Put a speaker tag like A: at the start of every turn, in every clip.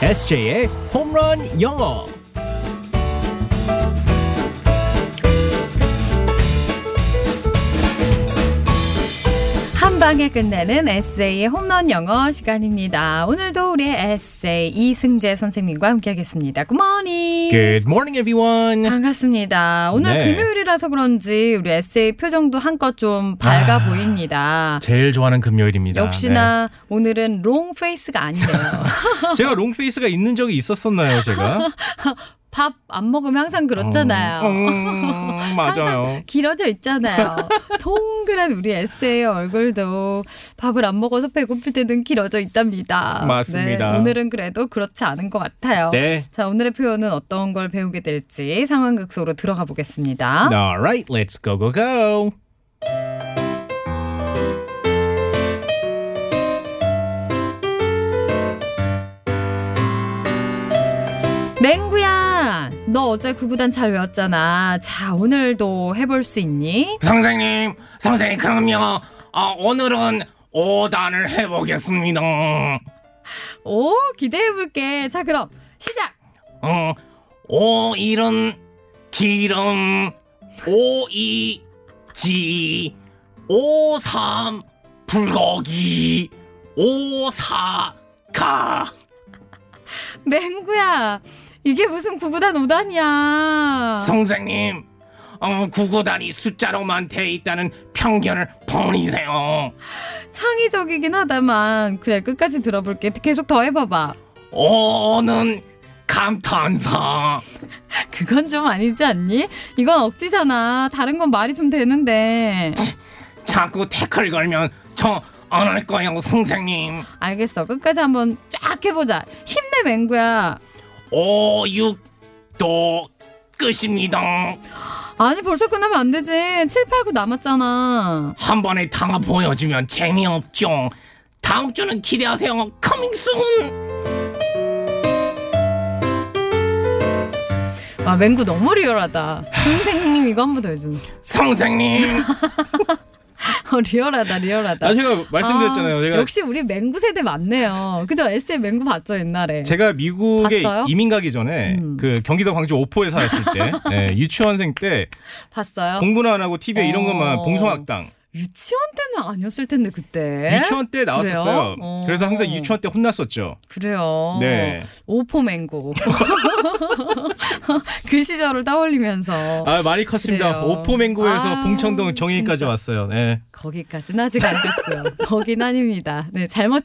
A: SJ의 홈런 영어.
B: 한 방에 끝내는 에세이의 홈런 영어 시간입니다. 오늘도 우리 에세이 이승재 선생님과 함께하겠습니다. 굿모닝.
A: Good morning, everyone.
B: 반갑습니다. 오늘
A: 네.
B: 금요일이라서 그런지 우리 에세이 표정도 한껏 좀 밝아 보입니다.
A: 제일 좋아하는 금요일입니다.
B: 역시나 오늘은 롱 페이스가 아니네요.
A: 네. 제가 롱페이스가 있는 적이 있었었나요, 제가?
B: 밥 안 먹으면 항상 그렇잖아요.
A: 음, 음, 맞아요.
B: 항상 길어져 있잖아요. 동그란 우리 에세이 얼굴도 밥을 안 먹어서 배고플 때는 길어져 있답니다.
A: 맞습니다.
B: 네, 오늘은 그래도 그렇지 않은 것 같아요.
A: 네.
B: 자, 오늘의 표현은 어떤 걸 배우게 될지 상황극 속으로 들어가 보겠습니다.
A: All right, let's go go go.
B: 맹구야, 너 어제 구구단 잘 외웠잖아. 자, 오늘도 해볼 수 있니?
A: 선생님, 선생님 그럼요. 어, 오늘은 5단을 해보겠습니다.
B: 오, 기대해볼게. 자, 그럼 시작!
A: 어, 오일은 기름 오이 지 오삼 불고기 오사카
B: 맹구야, 이게 무슨 구구단 오단이야
A: 선생님 어, 구구단이 숫자로만 돼 있다는 편견을 버리세요
B: 창의적이긴 하다만 그래 끝까지 들어볼게 계속 더 해봐봐
A: 오는 감탄사
B: 그건 좀 아니지 않니? 이건 억지잖아 다른 건 말이 좀 되는데
A: 자꾸 태클 걸면 저 안 할 거예요 선생님
B: 알겠어 끝까지 한번 쫙 해보자 힘내 맹구야
A: 오육도 끝입니다
B: 아니 벌써 끝나면 안 되지 7, 8, 9 남았잖아
A: 한 번에 당아 보여주면 재미없죠. 다음 주는 기대하세요. 커밍 순.
B: 와 아, 맹구 너무 리얼하다 선생님 이거 한 번 더 해줘
A: 선생님.
B: 어, 리얼하다 리얼하다
A: 아 제가 말씀드렸잖아요.
B: 아,
A: 제가
B: 역시 우리 맹구 세대 맞네요 그죠? S의 맹구 봤죠 옛날에
A: 제가 미국에
B: 봤어요?
A: 이민 가기 전에
B: 음.
A: 그 경기도 광주 오포에 살았을 때 예, 유치원생 때
B: 봤어요?
A: 공부는 안 하고 TV에 이런
B: 아. 어.
A: 것만 봉송학당
B: 유치원 때는 아니었을 텐데 그때
A: 유치원 때 나왔었어요.
B: 네? 그래요? 어.
A: 그래서 항상 유치원 때 혼났었죠.
B: 그래요.
A: 네.
B: 오포맹고. 그 시절을 떠올리면서
A: 아 많이 컸습니다.
B: 어. 그래요.
A: 오포맹고에서
B: 아,
A: 봉천동 정인까지
B: 진짜.
A: 왔어요. 네.
B: 거기까지는 아직 안 됐고요. 거긴 아닙니다. 네, 잘못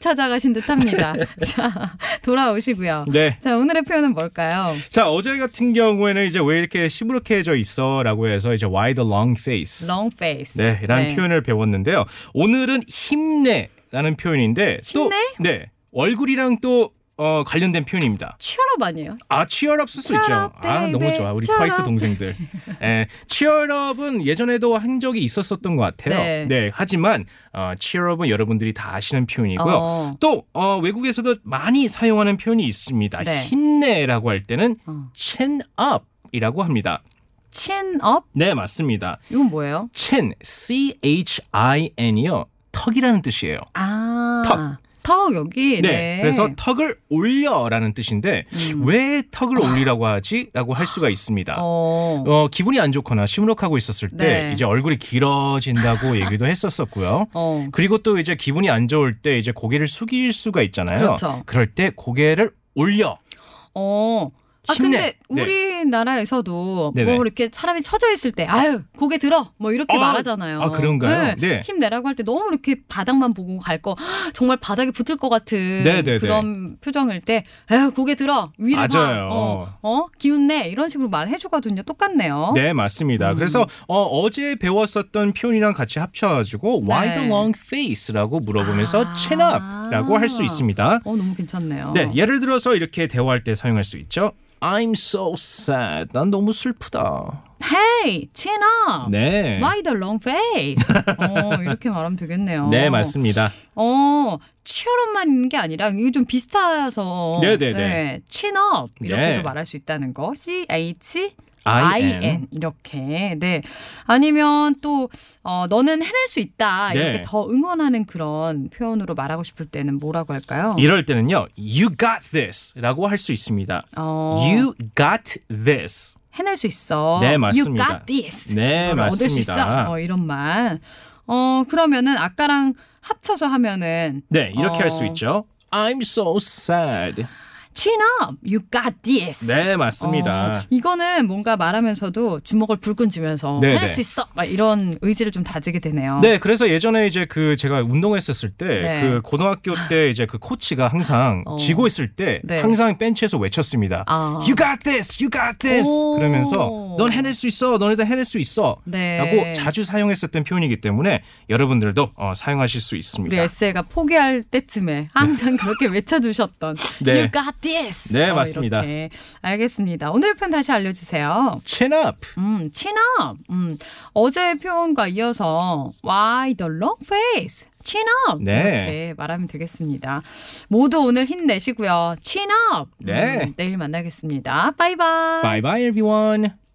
B: 찾아가신 듯합니다. 자, 돌아오시고요.
A: 네.
B: 자, 오늘의 표현은 뭘까요?
A: 자 어제 같은 경우에는 이제 왜 이렇게 시부룩해져 있어라고 해서 이제 why the long face
B: long face.
A: 네 이라는
B: 네.
A: 표현을 배웠는데요 오늘은 힘내라는 표현인데 또네 얼굴이랑 또 어, 관련된 표현입니다
B: 취업 아니에요?
A: 아 치얼업 쓸 수
B: Cheer
A: 있죠
B: up,
A: 아
B: baby.
A: 너무 좋아 우리
B: Cheer
A: 트와이스
B: up.
A: 동생들 예 치얼업은 예전에도 한 적이 있었었던 것 같아요
B: 네.
A: 하지만 어, 치얼업은 여러분들이 다 아시는 표현이고요
B: 어,
A: 또 어, 외국에서도 많이 사용하는 표현이 있습니다
B: 네.
A: 힘내라고 할 때는
B: 어.
A: chin up이라고 합니다.
B: chin up?
A: 네, 맞습니다.
B: 이건 뭐예요?
A: chin, c h i n이요. 턱이라는 뜻이에요.
B: 아.
A: 턱.
B: 턱 여기. 네.
A: 그래서 턱을 올려라는 뜻인데
B: 음.
A: 왜 턱을 올리라고 하지라고 할 수가 있습니다. 어.
B: 어.
A: 기분이 안 좋거나 시무룩하고 있었을 때
B: 네.
A: 이제 얼굴이 길어진다고 얘기도 했었었고요.
B: 어.
A: 그리고 또 이제 기분이 안 좋을 때 이제 고개를 숙일 수가 있잖아요.
B: 그렇죠.
A: 그럴 때 고개를 올려.
B: 어. 아
A: 힘내.
B: 근데
A: 네.
B: 우리나라에서도
A: 네네.
B: 뭐 이렇게 사람이 처져 있을 때 아유 고개 들어 뭐 이렇게
A: 아,
B: 말하잖아요.
A: 아, 그런가요? 네.
B: 힘내라고 할 때 너무 이렇게 바닥만 보고 갈 거 정말 바닥에 붙을 것 같은
A: 네네네.
B: 그런 표정일 때 아유 고개 들어 위를
A: 맞아요.
B: 봐. 어, 어 기운내 이런 식으로 말해주거든요. 똑같네요.
A: 네, 맞습니다.
B: 어? 음.
A: 그래서 어, 제 배웠었던 표현이랑 같이 합쳐가지고 Why the
B: 네.
A: long face라고 물어보면서
B: 아.
A: chin up라고 할 수 있습니다.
B: 어 너무 괜찮네요.
A: 네, 예를 들어서 이렇게 대화할 때 사용할 수 있죠. I'm so sad. 난 너무 슬프다.
B: 어. Hey, chin up.
A: 네.
B: Why the long face? 어, 이렇게 말하면 되겠네요.
A: 네, 맞습니다.
B: 어, 취업만 있는 게 아니라 이게 좀 비슷해서
A: 네네네.
B: 네, 친업 이렇게도
A: 네.
B: 말할 수 있다는 거. C H
A: I
B: IN 이렇게 네 아니면 또 어, 너는 해낼 수 있다
A: 네.
B: 이렇게 더 응원하는 그런 표현으로 말하고 싶을 때는 뭐라고 할까요?
A: 이럴 때는요, you got this라고 할 수 있습니다.
B: 어,
A: You got this.
B: 해낼 수 있어.
A: 네, 맞습니다.
B: You got this.
A: 네,
B: 너를 얻을 수 있어.
A: 맞습니다.
B: 어, 이런 말. 어 그러면은 아까랑 합쳐서 하면은
A: 네, 이렇게 할 수
B: 어.
A: 있죠. I'm so sad.
B: chin up, you got this.
A: 네, 맞습니다.
B: 어, 이거는 뭔가 말하면서도 주먹을 불끈 쥐면서
A: 네,
B: 해낼
A: 네.
B: 수 있어 막 이런 의지를 좀 다지게 되네요.
A: 네, 그래서 예전에 이제 그 제가 운동했었을 때
B: 아. 네.
A: 그 고등학교 때 이제 그 코치가 항상
B: 어.
A: 지고 있을 때
B: 네.
A: 항상 벤치에서 외쳤습니다.
B: 아.
A: You got this, you got this.
B: 오.
A: 그러면서 넌 해낼 수 있어, 너네들 해낼 수 있어.
B: 네.
A: 라고 자주 사용했었던 표현이기 때문에 여러분들도 어, 사용하실 수 있습니다.
B: 우리 에세가 포기할 때쯤에 항상 그렇게 외쳐주셨던
A: 네.
B: You got this. 어,
A: 네, 맞습니다.
B: 이렇게. 알겠습니다. 오늘의 표현 다시 알려주세요.
A: Chin up.
B: 음, 친업. 음, 어제 표현과 이어서 Why the long face? 친업.
A: 네.
B: 이렇게 말하면 되겠습니다. 모두 오늘 힘내시고요. 친업.
A: 네.
B: 내일 만나겠습니다. 바이바이.
A: Bye bye everyone.